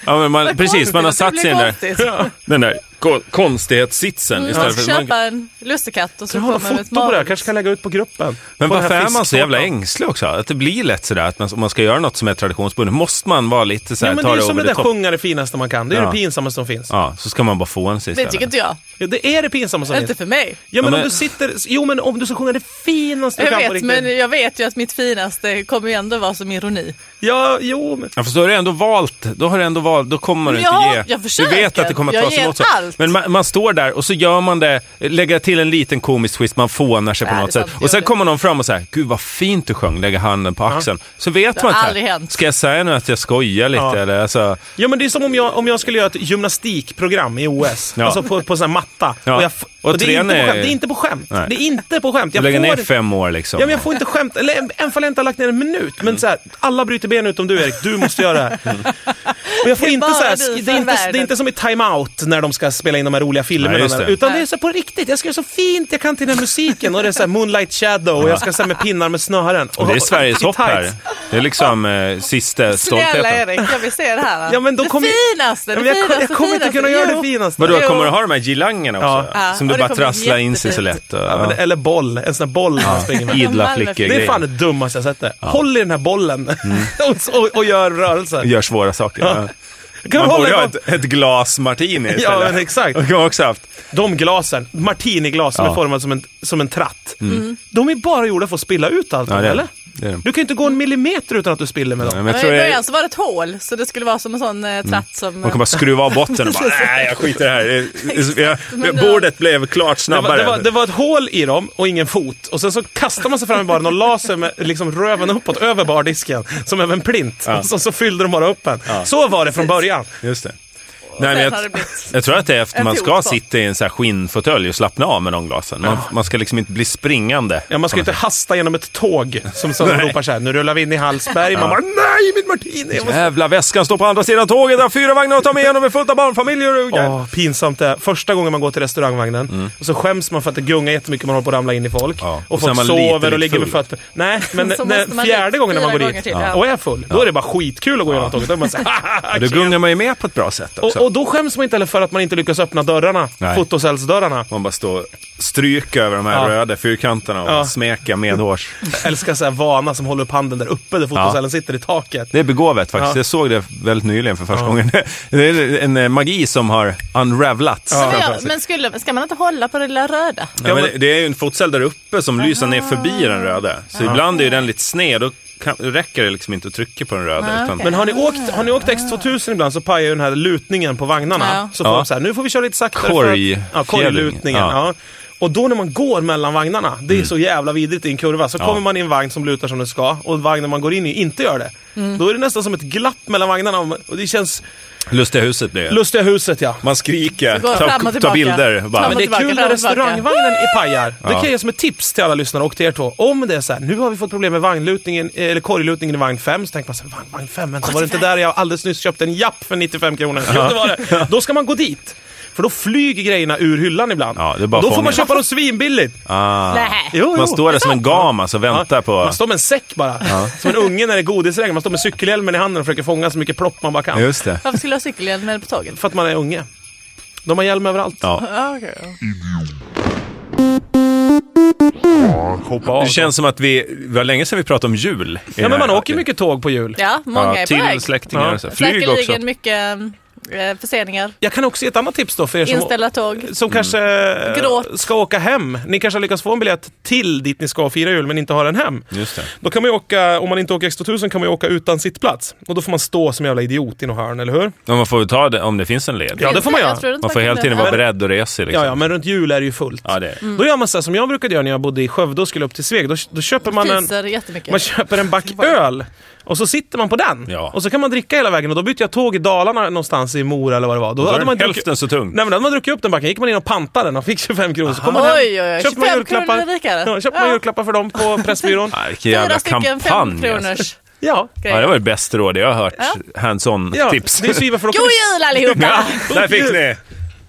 ja men man, precis, man har satt sig i den där,
där.
den där ko- konstighetssitsen
Mm.
Man
istället
ska
för att man,
Mm. köpa en lussekatt och så
Jag har
kommer
något
ett
foto på det. här.
magiskt-
kanske kan lägga ut på gruppen.
Men
På den
varför
här
är man så jävla
fisktårtan.
ängslig också? Att det blir lätt sådär att man, om man ska göra något som är traditionsbundet, måste man vara lite
Ja,
såhär,
men det
ta
är ju
det
som
over
det
the
där
top.
sjunga det finaste man kan. Det är
Ja.
det pinsammaste som finns.
Ja, så ska man bara få en sig
Det tycker
istället.
inte jag.
Ja, det är det pinsammaste som
Inte
finns.
för mig.
Ja men,
Ja, men-
om du sitter... Jo men om du ska sjunga det finaste du
Jag
kan på
vet,
riktigt.
men jag vet ju att mitt finaste kommer ju ändå vara som ironi.
Ja, jo men...
Ja, fast då har du ändå valt, då har du ändå valt, då kommer du
Men jag har-
inte ge.
jag
du
försöker.
vet att det kommer att
Jag
tas
ger
emot så.
allt.
Men man, man står där och så gör man det, lägger till en liten komisk twist, man fånar sig på
Nej,
något
det är
sätt.
sant,
Och sen
jobbigt.
kommer någon fram och säger, gud vad fint du sjöng, lägger handen på axeln. Så vet
har
man inte,
aldrig hänt.
ska jag säga nu att jag skojar lite
Ja.
eller? Alltså,
Ja men det är som om jag, om jag skulle göra ett gymnastikprogram i OS.
Ja.
Alltså på, på sån här matta.
Ja.
Och, jag, f-
Och
och det, är
trean
inte på
är-
skämt. det är inte på skämt.
Nej.
Det är inte på skämt.
du
Jag
lägger ner
får,
fem år liksom.
ja, men jag får inte skämt. Eller en- en fall jag inte har lagt ner en minut. Men så här, alla bryter ben utom du Erik. Du måste göra det här. Och jag får
Det är
inte
bara
så här,
du
sk-
för
det, är inte, det
världen.
är inte som i time-out när de ska spela in de här roliga
Nej,
filmerna.
just det.
utan det är
Nej.
så här på riktigt. Jag ska göra så fint jag kan till den här musiken. Och det är så här Moonlight Shadow och jag ska så här med pinnar med snören.
Och det är Sveriges
i
hopp här.
tights.
Det är liksom eh, sista
Snälla
stoltheten.
Erik, jag vill se det här.
Ja, men då
det
kommer-
finaste,
Ja,
det
men jag,
finaste,
jag kommer inte
finaste.
kunna göra
Jo.
det finaste.
Vadå,
Jo.
kommer du ha de här gilangerna också?
Ja.
Som
Ja,
du
det
bara
kommer bli
trasslar in sig så
jättefint.
lätt. Och,
Ja, men,
ja.
eller boll, en sån där boll man springer med.
Idla
Malmö-
flickor
Det är fan det
grejer. Mm.
dummaste jag sett det. Håll i den här bollen och, och, och gör rörelser.
Gör svåra saker. Ja.
Kan
Man
du
borde
hålla
ha
i
ett, ett glas martini istället.
Ja, men exakt.
Det kan man också haft.
De glasen, martiniglas som
Ja. Mm.
är formade som en, som en tratt. De är bara gjorda för att spilla ut allt,
Ja, det är-
eller?
det är de.
Du kan ju inte gå en millimeter utan att du spiller med dem.
Men jag
Men
tror
I
det,
början så var det ett hål, så det skulle vara som en sån eh, tratt som...
man kan bara skruva av botten och bara, nej jag skiter i det här. Det- det-
men
jag,
det-
bordet blev klart
Det var,
snabbare.
det, var, det var ett hål i dem och ingen fot. Och sen så kastade man sig fram i baren och la sig med liksom röven uppåt över bardisken. Som över en plint.
Ja.
Och så, så fyllde de bara upp en. Så var det från början.
Just det. Nej, men
har det
jag,
blivit
jag tror att det är efter
en
man ska
fjorton.
sitta i en så här skinnfåtölj och slappna av med de glasen. Man, man ska liksom inte bli springande.
Ja, man ska ju inte hasta genom ett tåg som, som ropar så här, nu rullar vi in i Hallsberg. Man bara, nej min martini! Jag måste-
Jävla väskan står på andra sidan tåget, jag har fyra vagnar att ta med och med fullt av barnfamiljer. och-
Åh, pinsamt det är. Första gången man går till restaurangvagnen och så skäms man för att det gungar jättemycket, man håller på att ramla in i folk.
Mm. Ja, och
Och
så är
folk
man lite,
sover
lite
och ligger med
full.
fötter. Nej, men
Så måste
den
man
fjärde
dit
gången när man
fyra
går
gånger
dit
till, ja.
och är full, då är det bara skitkul att gå igenom tåget. Då är man så här, "Ah,
Ja, Då gungar man ju med på ett bra sätt
och,
också.
och då skäms man inte heller för att man inte lyckas öppna dörrarna,
Nej.
fotocellsdörrarna.
Man bara står och stryker över de här
Ja.
röda fyrkanterna och
Ja.
smekar medhårs.
Jag älskar så här vana som håller upp handen där uppe där fotocellen sitter i taket.
Det är begåvat faktiskt.
Ja.
Jag såg det väldigt nyligen för första gången. Det är en eh, magi som har unravelats.
Men,
framför
jag,
sig.
men skulle, ska man inte hålla på det lilla röda?
Ja, men det- det är ju en fotcell där uppe som lyser ner förbi den röda. Så ibland är ju den lite sned. Då kan, räcker det liksom inte att trycka på den röda.
Ah,
utan,
okej.
Men har ni åkt, har ni åkt X2000 ibland så pajar ju den här lutningen på vagnarna.
Ja.
Så får
Ja.
de så här, nu får vi köra lite saktare
Korg-
för att... Ja, korglutningen.
fjädring. Ja. Mm.
Ja. Och då när man går mellan vagnarna, det är så jävla vidrigt i en kurva. Så
Ja.
kommer man i en vagn som lutar som den ska och vagnen man går in i inte gör det. Då är det nästan som ett glapp mellan vagnarna och och det känns...
Lustiga huset blir det.
Lustiga huset ja.
Man skriker,
går fram och
tar, tar
tillbaka.
bilder. och
Fram
Bara.
Men
och
det är
tillbaka,
kul
fram
när
och tillbaka.
restaurangvagnen är pajar. Det
Ja.
kan jag ge som ett tips till alla lyssnare och till er två. Om det är så här, nu har vi fått problem med vagnlutningen, eh, eller korglutningen i vagn 5, så tänker man så här, vagn, vagn 5, vänta, var det inte där jag alldeles nyss köpte en japp för 95 kronor? Jo, det var det. Då ska man gå dit. För då flyger grejerna ur hyllan ibland.
Ja, det är bara
då får
fången.
man köpa dem svinbilligt.
Ah.
Nej.
Jo, jo.
Man står där som en gam alltså, och väntar på...
Man står med en säck bara. Som en unge när det är godisregn. Man står med cykelhjälmen i handen och försöker fånga så mycket plopp man bara kan.
Just det.
Varför skulle jag ha cykelhjälm med på tåget?
För att man är unge. De har hjälm överallt.
Ja.
Ja, okej.
Det känns som att vi, det var länge sedan vi pratade om jul. i
Ja,
den
men man
här-
åker mycket tåg på jul.
Ja, många
ja,
är på
till
väg.
släktingar
Ja.
och så. Flyg också.
Säkerligen mycket mm, eh, förseningar,
Jag kan också ge ett annat tips då för er som...
inställda tåg.
Som
Mm.
kanske eh,
Gråt.
ska åka hem. Ni kanske har lyckats få en biljett till dit ni ska fira jul men inte har den hem.
Just det.
Då kan man ju åka, om man inte åker X2000 kan man ju åka utan sittplats. Och då får man stå som jävla idiot i något hörn, eller hur?
Men man får väl ta det om det finns en led.
Ja, det får man göra.
Jag tror inte
Man får
kan
hela tiden
det.
vara beredd att resa sig. Liksom.
Ja, Mm. ja, men runt jul är det ju fullt.
Ja, det är det.
Då gör man så här som jag brukade göra när jag bodde i Skövde och skulle upp till Sveg. Då, då köper man en,
Fiser jättemycket.
man köper en back öl och så sitter man på den.
Ja.
Och så kan man dricka hela vägen. Och då bytte jag tåg i Dalarna någonstans i Mora eller vad det var. Då,
Då är
hade man
den
druckit,
hälften så tung.
Nej men då hade man druckit upp den backen, gick man in och pantade den och fick 25 kronor. Så kom man hem,
Oj, oj, oj.
köpte
25
man
kronor
julklappar,
rikare.
ja, köpte man julklappar för dem på Pressbyrån.
Ja, vilken jävla
Fyra stycken
kampanj. alltså.
femkronors
ja.
Ja, det
grejer.
var det bästa rådet jag har hört. Hands-on
ja, Oh,
tips.
det är så givet för då
God jul allihopa!
Där fick ni!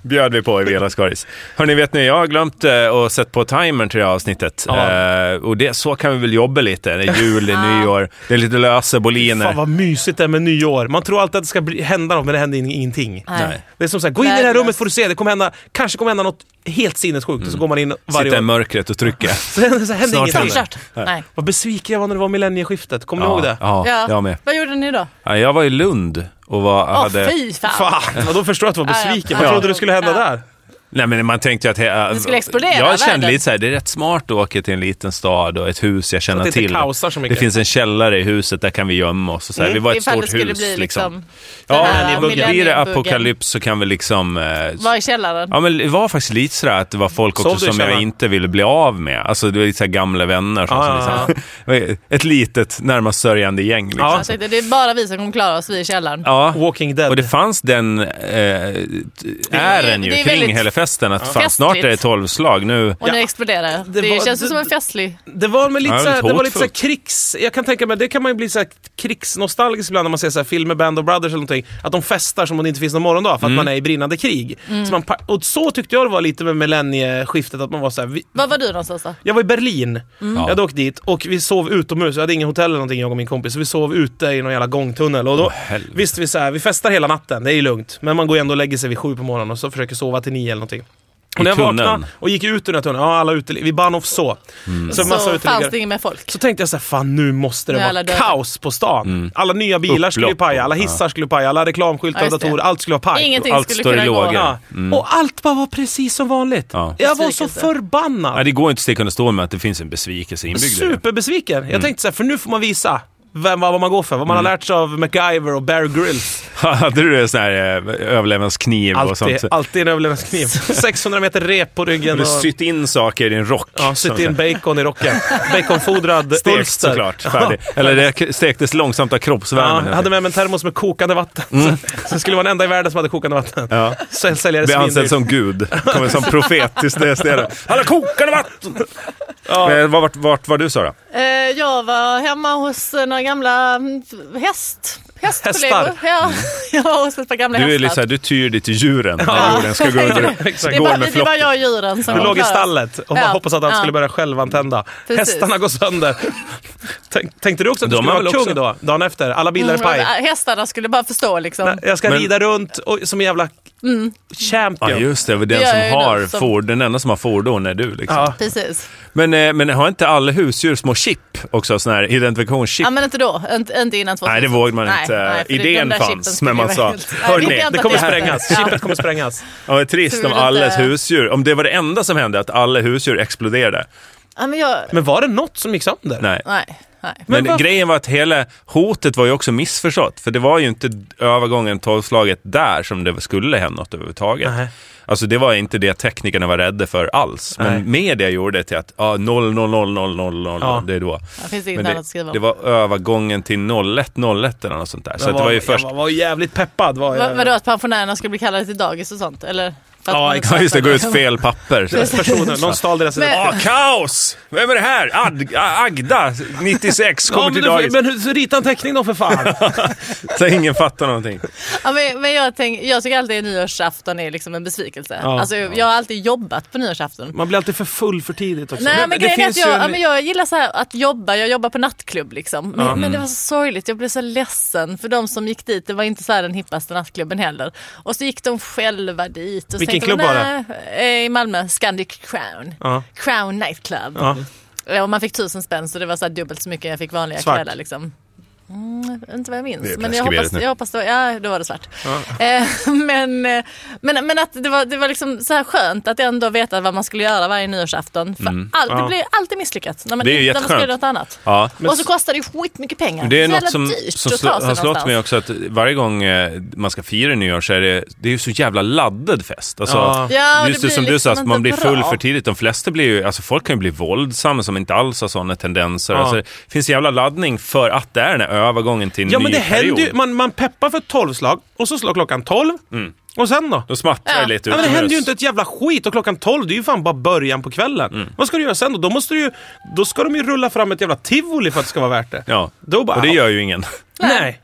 Bjöd vi på i Vela Skaris. Hörni, vet ni, jag har glömt eh, och sett på timern till det här avsnittet.
Ja.
Eh, och det, så kan vi väl jobba lite. Det är jul, det är nyår, det är lite lösa
Fan
boliner.
vad mysigt det är med nyår. Man tror alltid att det ska bli, hända något men det händer in- ingenting.
Nej.
Det är som såhär, gå in i det här
Värdelöst.
rummet får du se, det kommer hända, kanske kommer hända något helt sinnessjukt.
Mm.
Och så går man in varje
Sitta i
år.
mörkret och trycka.
Så händer, så händer
Snart
ingenting.
händer.
Kört. Nej.
Vad besviken jag var när det var millennieskiftet, kommer ni
Ja,
ihåg det?
ja, jag med.
Vad gjorde ni då?
Ja, Jag var i Lund och var,
Åh,
hade...
fy fan.
Fan, då förstår jag att du var
Ja, ja.
besviken.
Ja.
Vad trodde du skulle hända
Ja.
där?
Nej men man tänkte ju att... he-
Det skulle explodera,
Jag kände
världen.
lite så här, det är rätt smart att åka till en liten stad och ett hus jag känner
det inte
till.
kaosar så mycket.
Det finns en källare i huset, där kan vi gömma oss. Och så här. Vi var ett stort hus liksom.
den
Ja,
här
men blir det
millenniebuggen.
apokalyps så kan vi liksom... eh,
Var i källaren?
Ja, men det var faktiskt lite sådär att det var folk
Sov
också
du i
som jag
källaren?
inte ville bli av med. Alltså det var lite såhär gamla vänner. Som,
Ah,
som liksom, ett litet, närmast sörjande gäng. Liksom.
Ja.
Ja.
Jag tänkte, det är bara vi som kommer klara oss, vi i källaren.
Walking Dead.
Och det fanns den eh, t- ären ju
det är
kring
väldigt
hela festen att fan, snart är det
festligt.
tolvslag nu.
Och nu
Ja.
exploderar det.
Det
Det,
var-
känns ju
det-
som en festlig...
Det var med lite,
Ja,
så här,
lite
det var lite så här
hotfullt.
krigs... Jag kan tänka mig, det kan man ju bli så här krigsnostalgisk ibland när man ser så här filmer, Band of Brothers eller någonting. Att de festar som om det inte finns någon morgondag
Mm.
för att man är i brinnande krig.
Mm.
Så man, pa- och så tyckte jag det var lite med millennieskiftet, att man var så här, vi,
Var var du någonstans då?
jag var i Berlin.
Mm.
Jag hade
Ja.
åkt dit och vi sov utomhus. Jag hade inget hotell eller någonting, jag och min kompis. Så vi sov ute i någon jävla gångtunnel. Och då
helvete.
visste vi så här, vi festar hela natten. Det är ju lugnt. Men man går ju ändå och lägger sig vid sju på morgonen och så försöker sova till nio eller någonting. Och
I
när jag
tunneln?
vaknade och gick ut ur den här tunneln, ja alla uteliggare, vi band off så.
Mm.
Så, en massa
Så fanns det
uteliggare.
inget med folk.
Så tänkte jag så här, fan nu måste det
Nu är alla
vara
döda.
kaos på stan. Alla nya bilar skulle ju
Mm. Upplopp och-
paja, alla hissar skulle paja, alla reklamskyltar,
Ja,
och
just det.
datorer, allt skulle vara paj.
Ingenting
allt
skulle
står i
kunna gå.
lågor.
Ja. Och allt bara var precis som vanligt.
Mm. Ja.
Jag var så
Besvikelse.
förbannad.
Ja, det går inte att sticka under stol med att det finns en besvikelse inbyggd i det. Mm.
Superbesviken. Jag tänkte så här, för nu får man visa vem, vad man går för. Vad man har lärt sig av MacGyver och Bear Grylls.
Hade du en sån här eh, överlevnadskniv och sånt?
Alltid, alltid en överlevnadskniv. 600 meter rep på ryggen.
Har du
Och,
sytt in saker i din rock?
ja,
Sånt
sitt in
där.
bacon i rocken. Baconfodrad
Stekt
Ulster.
såklart, färdig. Eller det k- stektes långsamt av
Ja,
kroppsvärmen.
jag hade med mig en termos med kokande vatten.
Mm.
Så, så skulle vara den enda i världen som hade kokande vatten.
Ja.
Så säljare
Blev ansedd
svindyrt.
som gud. Kommer som profet till städerna. Han har kokande vatten!
Ja.
Men vad- vart, vart var du Sara?
Eh, jag var hemma hos eh, några gamla mm, häst... Hästkollegor.
Hästar.
Ja, jag var hos ett par gamla
Du är
hästar.
lite såhär, du tyr dig till djuren när jorden ska gå under.
Exakt.
det,
går
var,
med
det var
flocken.
jag och djuren som
Du låg i
klarade oss.
stallet och man
Ja.
hoppas att han
Ja.
skulle börja självantända.
Precis.
Hästarna går sönder. Tänk, tänkte du också att du
De
skulle
har
vara kung
väl
då? Dagen efter. Alla bilar är paj.
Mm, hästarna skulle bara förstå liksom.
Nej, Jag ska
Men-
rida runt och, som en jävla
Mm.
champion.
Ja just det, den
gör
som
jag ju
har
nu, som-
for, den enda som har fordon är du. Liksom.
Ja.
Precis.
Men, eh, men har inte alla husdjur små chip också? Sån här identifikationschip?
Ja men inte då, inte, inte innan 2000.
Nej, det vågade man
Nej,
inte.
nej, för det-
Idén
de där chippen
fanns,
skulle
men man
ju
sa,
vara helt- Nej,
hörni,
vi vet
Det
inte
kommer
att det-
sprängas.
Ja.
Chippet kommer sprängas.
Ja, det är trist
Tur
om
att
allas
det-
husdjur, om det var det enda som hände, att alla husdjur exploderade.
Ja, men jag...
Men var det något som gick sönder?
Nej.
Nej, nej.
Men,
Men vad-
grejen var att hela hotet var ju också missförstått, för det var ju inte övergången, tolvslaget där som det skulle hända något överhuvudtaget.
Nej.
Alltså det var inte det teknikerna var rädda för alls,
Nej.
men media gjorde det till att ja, 0, 0, 0, 0, 0, 0,
Ja.
det är då.
Det finns
Men
inget annat att
det,
skriva
det
om.
var övergången till 01, 01 eller något sånt där. Så att det var ju först...
Jag var, var jävligt peppad. Var
Va-
jag.
Vadå att pensionärerna skulle bli kallade till dagis och sånt? Eller? För att
Ja,
man-
exakt.
Ja, just det, gå ut fel papper. Så.
Personer, någon stal deras...
Men-
Ah, kaos! Vem är det här? Ad, Agda, 96,
Ja,
kommer
men,
till
du,
dagis.
men hur- rita en teckning då för fan.
Så ingen fattar någonting.
Ja, men, men jag, tänk, jag tycker alltid att nyårsafton är liksom en besvikelse.
Ja.
alltså, jag har alltid jobbat på nyårsafton.
Man blir alltid för full för tidigt också.
Nej, men,
det
grejen är
finns
att jag,
ju en-
ja, men jag gillar så här att jobba, jag jobbar på nattklubb liksom. Men, men
Mm.
det var så sorgligt, jag blev så ledsen för de som gick dit, det var inte så här den hippaste nattklubben heller. Och så gick de själva dit. Och så
Vilken
tänkte
klubb
man,
var det?
"Nej, eh, I Malmö, Scandic Crown.
Ja.
Crown Nightclub.
Ja.
Eh, Och man fick tusen spänn så det var så här dubbelt så mycket jag fick vanliga
Svart.
kvällar. Liksom. Inte vad jag
Det
minns.
är
Men jag
preskriberat
hoppas,
nu.
jag hoppas det var, ja, då var det svart. Eh, men, eh, men, men att det var, det var liksom så här skönt att ändå veta vad man skulle göra varje nyårsafton. För all, det
Ja.
blir alltid misslyckat när man,
Mm. Det är ju
inte- när man ska
jätteskönt.
göra något annat.
Ja.
och så kostar det ju skitmycket pengar.
Det är
Jävla
något som,
dyrt
som
att ta
slå,
sig
har slått
någonstans.
mig också att varje gång eh, man ska fira nyår så är det, det är ju så jävla laddad fest. Alltså,
Ja.
Ja, och
just
det
det, som
blir
du sa,
liksom
att man
inte
blir full
bra.
för tidigt. De flesta blir ju, alltså folk kan ju bli våldsamma som inte alls har sådana tendenser.
Ja.
Alltså, det finns en jävla laddning för att det är den här övergången till en
Ja,
ny
men det händer
period. Mm.
ju. Man, man peppar för tolvslag och så slår klockan tolv. Och sen då?
Då smattrar
Ja.
det lite
Ja, men det
utomhus.
händer ju inte ett jävla skit och klockan 12, det är ju fan bara början på kvällen.
Mm.
Vad ska du göra sen då? Då, måste du ju, då ska de ju rulla fram ett jävla tivoli för att det ska vara värt det.
Ja,
Då bara,
och det gör ju ingen.
Nej.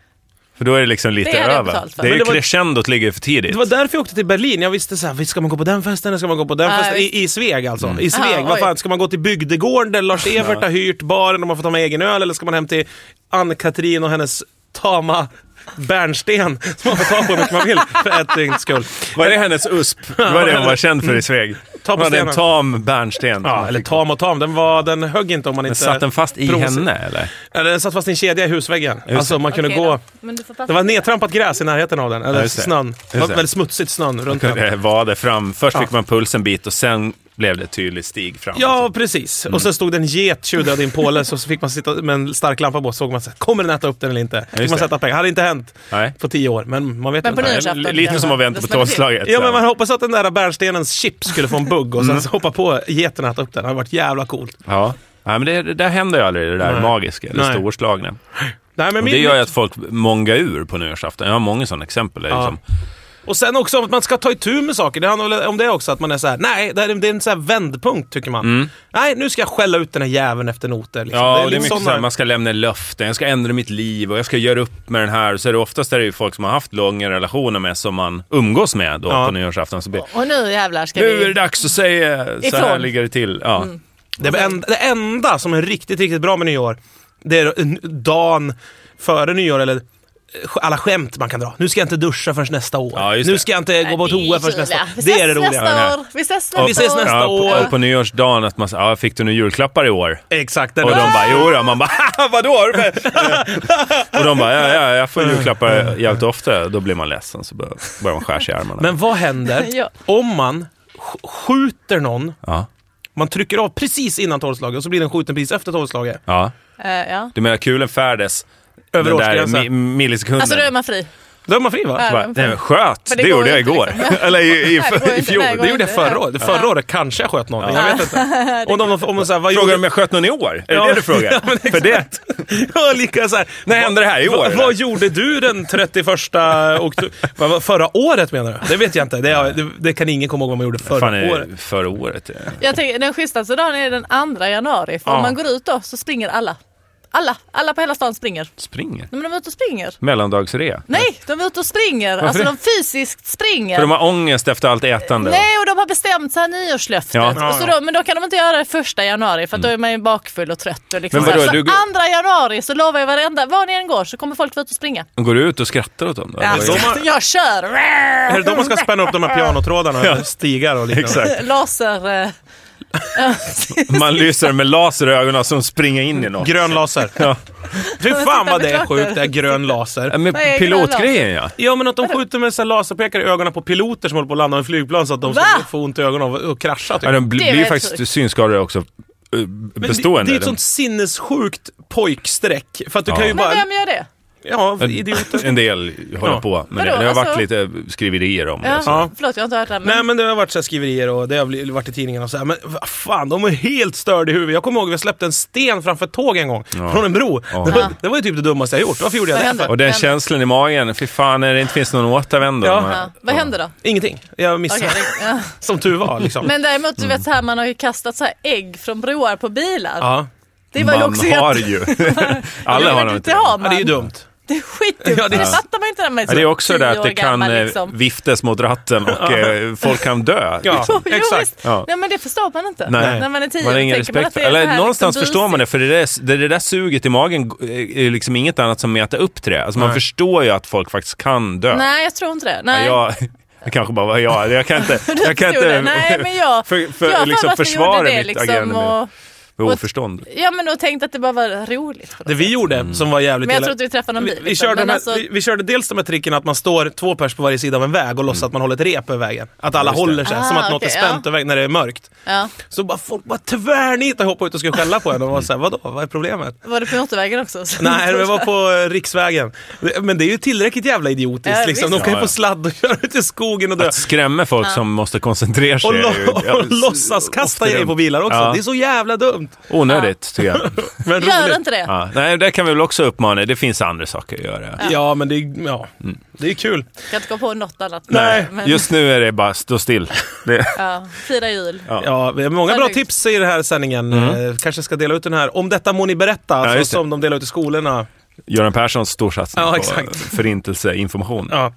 För då är det liksom lite
Det är det
över.
betalt för.
det är
Men
ju
det var-
crescendot ligger för tidigt.
Det var därför jag åkte till Berlin. Jag visste så här, visst ska man gå på den festen, eller ska man gå på den
Ja,
festen?
visst.
I, I Sveg alltså.
Mm.
I Sveg,
Ja,
vad
oj.
fan, ska man gå till bygdegården där Lars Evert har hyrt baren och man får ta med egen öl? Eller ska man hem till Ann-Katrin och hennes tama bärnsten som man får ta på hur mycket man vill för ett dygns skull?
Var det hennes USP? Det var det hon var känd för i Sveg.
Ta på
hon hade en
stenen.
tam bärnsten.
Ja, eller tam och tam, den, var, den högg inte om man inte...
Satt den fast i
provocer-
henne eller?
Eller den satt fast i en kedja i husväggen. Alltså man kunde
Okej
gå...
då. Men du får
Det
passa.
var nedtrampat gräs i närheten av den, eller
Ja, just det.
snön. Det var
Just det.
väldigt smutsigt snön runt den.
kunde vada fram. Först
Ja.
fick man puls en bit och sen blev det tydlig stig fram.
Ja, precis.
Mm.
Och sen stod det en get tjudöd i en påle och så fick man sitta med en stark lampa på så såg man så här, kommer den äta upp den eller inte. Fick
just
man
det.
sätta pengar. hade inte hänt
Nej.
på tio år, men man vet
Men på
inte.
Nej,
nyårsafton.
Lite som att
Det
vänta på
smäller till.
tolvslaget.
Ja, men man hoppas att den där bärnstenens chip skulle få en bugg och
Mm.
sen så hoppa på geten och äta upp den. Det hade varit jävla coolt.
ja. Nej, men det, det där händer ju aldrig, det där
Nej.
magiska eller
Nej.
storslagna.
Nej, men
Och
min,
det gör ju att folk mångar ur på nyårsafton. Jag har många sådana exempel. där
Ja.
Liksom.
Och sen också om att man ska ta itu med saker. Det handlar väl om det också, att man är så här: nej, det här är det är en så här vändpunkt tycker man. Nej, nu ska jag skälla ut den här jäveln efter noter. Liksom.
Mm. Ja, det är,
lite
mycket
såna-
så här, man ska lämna löften, jag ska ändra mitt liv och jag ska göra upp med den här. Så är det oftast är det ju folk som har haft långa relationer med som man umgås med då
Ja.
på nyårsafton. Så blir,
Och nu jävlar ska
nu är det
vi...
dags att säga så här
Ifrån.
ligger det till. Ja.
Mm. Det, är väl en, det enda som är riktigt, riktigt bra med nyår, det är en- dagen före nyår eller eh, alla skämt man kan dra. Nu ska jag inte duscha förrän nästa år.
Ja, just
nu
det.
ska jag inte gå på toa förrän nästa år.
Vi
Det är det
ses
roliga.
nästa år. Vi ses
Och-
nästa år.
Vi ses nästa
ja, på,
år.
Och på nyårsdagen att man säger, ja, fick du nu julklappar i år?
Exakt. Den
Och
är-
de bara, jo då. Man bara, "Haha, vadå? Har du med-" och de bara, ja, ja, jag får julklappar jävligt ofta. Då blir man ledsen, så bör- börjar man skära sig i armarna.
Men vad händer
Ja.
om man sk- skjuter någon,
Ja.
man trycker av precis innan tolvslaget och så blir den skjuten precis efter tolvslaget.
ja.
Eh, ja.
Du menar kulen färdes
Över
den där
årsgränsen.
mi- millisekunden?
Alltså då är man fri.
Då är man fri va?
Ja.
bara, Nej men sköt,
För
det,
det går
gjorde jag
inte,
igår.
liksom.
Eller i, i,
Nej, det går
i,
inte.
fjol.
Nej, går
Det gjorde jag
inte.
förra året. Förra året kanske jag sköt någon. Jag vet inte. Om de, om de så här, vad
Frågar
gjorde
du om jag sköt någon i år? Är det
Ja.
det du frågar?
Ja, men
För det,
Ja, lika så här.
när hände det här i år?
Vad,
eller?
vad gjorde du den 31 oktober? Vad var- Förra året menar du? Det vet jag inte. Det, har- det, det kan ingen komma ihåg vad man gjorde förra
Fan, är det
året.
förra året? ja.
Jag tänker, den schysstaste dagen är den andra januari. För
Ja.
om man går ut då så springer alla. Alla, alla på hela stan springer.
Springer?
Nej, Men de är ute och springer.
Mellandagsrea?
Nej, de är ute och springer. Alltså
det?
de fysiskt springer.
För de har ångest efter allt ätande?
Nej, och de har bestämt så här nyårslöftet.
Ja. Mm.
Och så då, men då kan de inte göra det första januari för att då är man ju bakfull och trött. Och liksom
Men vadå,
så här. så
du-
andra januari så lovar jag varenda, var ni än går så kommer folk vara ute och springa.
Går du ut och skrattar åt dem då?
Ja,
Eller-
de har-
Jag kör!
Är det då man ska spänna upp de här pianotrådarna? Stigar och liksom. liknande.
Exakt.
Laser... eh,
Man lyser med laser i ögonen som springer in i något.
Grön laser.
Ja.
Fy fan vad det är
Klart det.
sjukt, det är grön laser.
Men
Vad är
pilotgrejen ja.
Ja, men att de skjuter med så här laserpekare i ögonen på piloter som håller på att landa med flygplan så att de ska
Va?
få ont i ögonen av och krascha. Typ.
ja de bl-
Det är
blir ju
helt
faktiskt
sjukt.
synskadade också. eh,
Men
Bestående.
Det, det är ett
De-
sånt sinnessjukt pojkstreck. För att du
Ja.
kan ju
Men
bara...
vem gör det?
Ja,
en-
idioter.
En del håller
Ja.
på med
Vadå,
det. Det har varit
alltså-
lite skriverier om det.
Ja.
Så.
Förlåt, jag har inte hört det. här, Men...
Nej men det har varit så här skriverier och det har bli- varit i tidningarna och så här. men vad fan de är helt störda i huvudet. Jag kommer ihåg att vi släppte en sten framför ett tåg en gång, från en bro.
Ja.
Det, var, det var ju typ det dummaste jag gjort. Varför gjorde jag
Vad
det?
hände?
Och den
Men-
känslan i magen, fy fan när det inte finns någon återvändo.
Ja.
Man-
Ja. Vad händer då?
Ingenting. Jag missade.
Okej, det- ja.
Som tur var liksom.
Men däremot, du vet så här, man har ju kastat så här ägg från broar på bilar.
ja.
Det var ju
Man
också
har
jätte-
ju.
Det
Alla
är
har
klart
nog
att
inte
det. Har
ja,
man.
det är ju dumt.
Det är skitdumt.
Ja, det
det,
är-
fattar man inte när man är,
Ja, det är också det att det
tio år
kan
gammal,
eh,
liksom.
viftas mot ratten och eh, folk kan dö. liksom.
Ja.
Jo, jo,
exakt.
visst.
Ja.
Nej, men det förstår man inte.
Nej.
När man är tio
Man har
år
ingen
tänker man att
respekt för.
det är så
Eller
här
någonstans
liksom
förstår man det,
busigt.
för det där, det, det där suget i magen eh, är liksom inget annat som mäter upp till det. Alltså man
Nej.
förstår ju att folk faktiskt kan dö.
Nej, jag tror inte det. Nej.
Jag, jag kanske bara var jag, jag kan inte, jag kan
Förstod det.
inte
Nej, men jag...
för, för,
jag har för mig
liksom
att vi
försvara
gjorde
mitt agerande. med-
och,
Med oförstånd.
Ja men och tänkte att det bara var roligt. För
Det
dem.
vi gjorde,
Mm.
som var jävligt
Men jag
illa-
tror inte vi träffade någon
vi,
bil.
vi,
liksom.
körde de
men
här,
alltså,
vi, vi körde dels de här tricken att man står två pers på varje sida av en väg och låtsas att man håller ett rep över vägen. Att alla
Mm. just det.
håller sig, som
Ah,
att något
okej,
är spänt över vägen när det är mörkt.
ja.
Så bara folk bara tvärnitar hoppade ut och skulle skälla på en och var såhär, vadå, vad är problemet?
Var det på motorvägen också?
Nej, det var på eh, riksvägen. Men det är ju tillräckligt jävla idiotiskt.
Ja,
liksom. De
visst.
kan ju
Ja,
få
ja.
sladd och köra ut i skogen och dö.
Att skrämma folk som måste koncentrera sig.
Och,
är ju-
lo- och låtsas
ofta
kasta grejer
dumt.
på bilar också.
Ja.
Det är så jävla dumt.
Onödigt, tycker jag.
Men roligt.
Gör inte det.
Ja. Nej, det kan vi väl också uppmana. Det finns andra saker att göra.
Ja, men det är, ja.
Mm.
det är kul.
Jag kan inte komma på något annat.
Nej,
men,
Just nu är det bara stå still. Det,
Ja, fira jul.
Ja. Mm.
Ja, vi har många bra
Härligt.
tips i den här sändningen. Eh, Kanske ska dela ut den här. Om detta må ni berätta, alltså,
just det.
som de delar ut i skolorna.
Göran Perssons storsatsning
Ja,
på
exakt.
förintelseinformation.
Ja.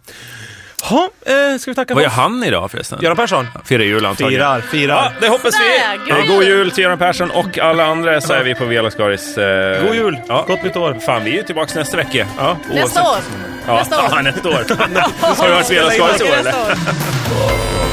Ha, eh, ska vi tacka
Vad
för
gör
oss?
han idag förresten?
Göran Persson.
Firar jul antagligen.
Firar, firar.
Ja, det hoppas vi.
Där,
Eh, God jul till Göran Persson och alla andra så är vi på Via Lascaris. eh,
God jul.
Ja.
Gott nytt år.
Fan, vi är ju tillbaka nästa vecka.
Ja.
Oavsett-
Nästa år.
Ja,
Nästa år.
nästa år. Har du hört Via Lascaris i år eller?
Nästa år.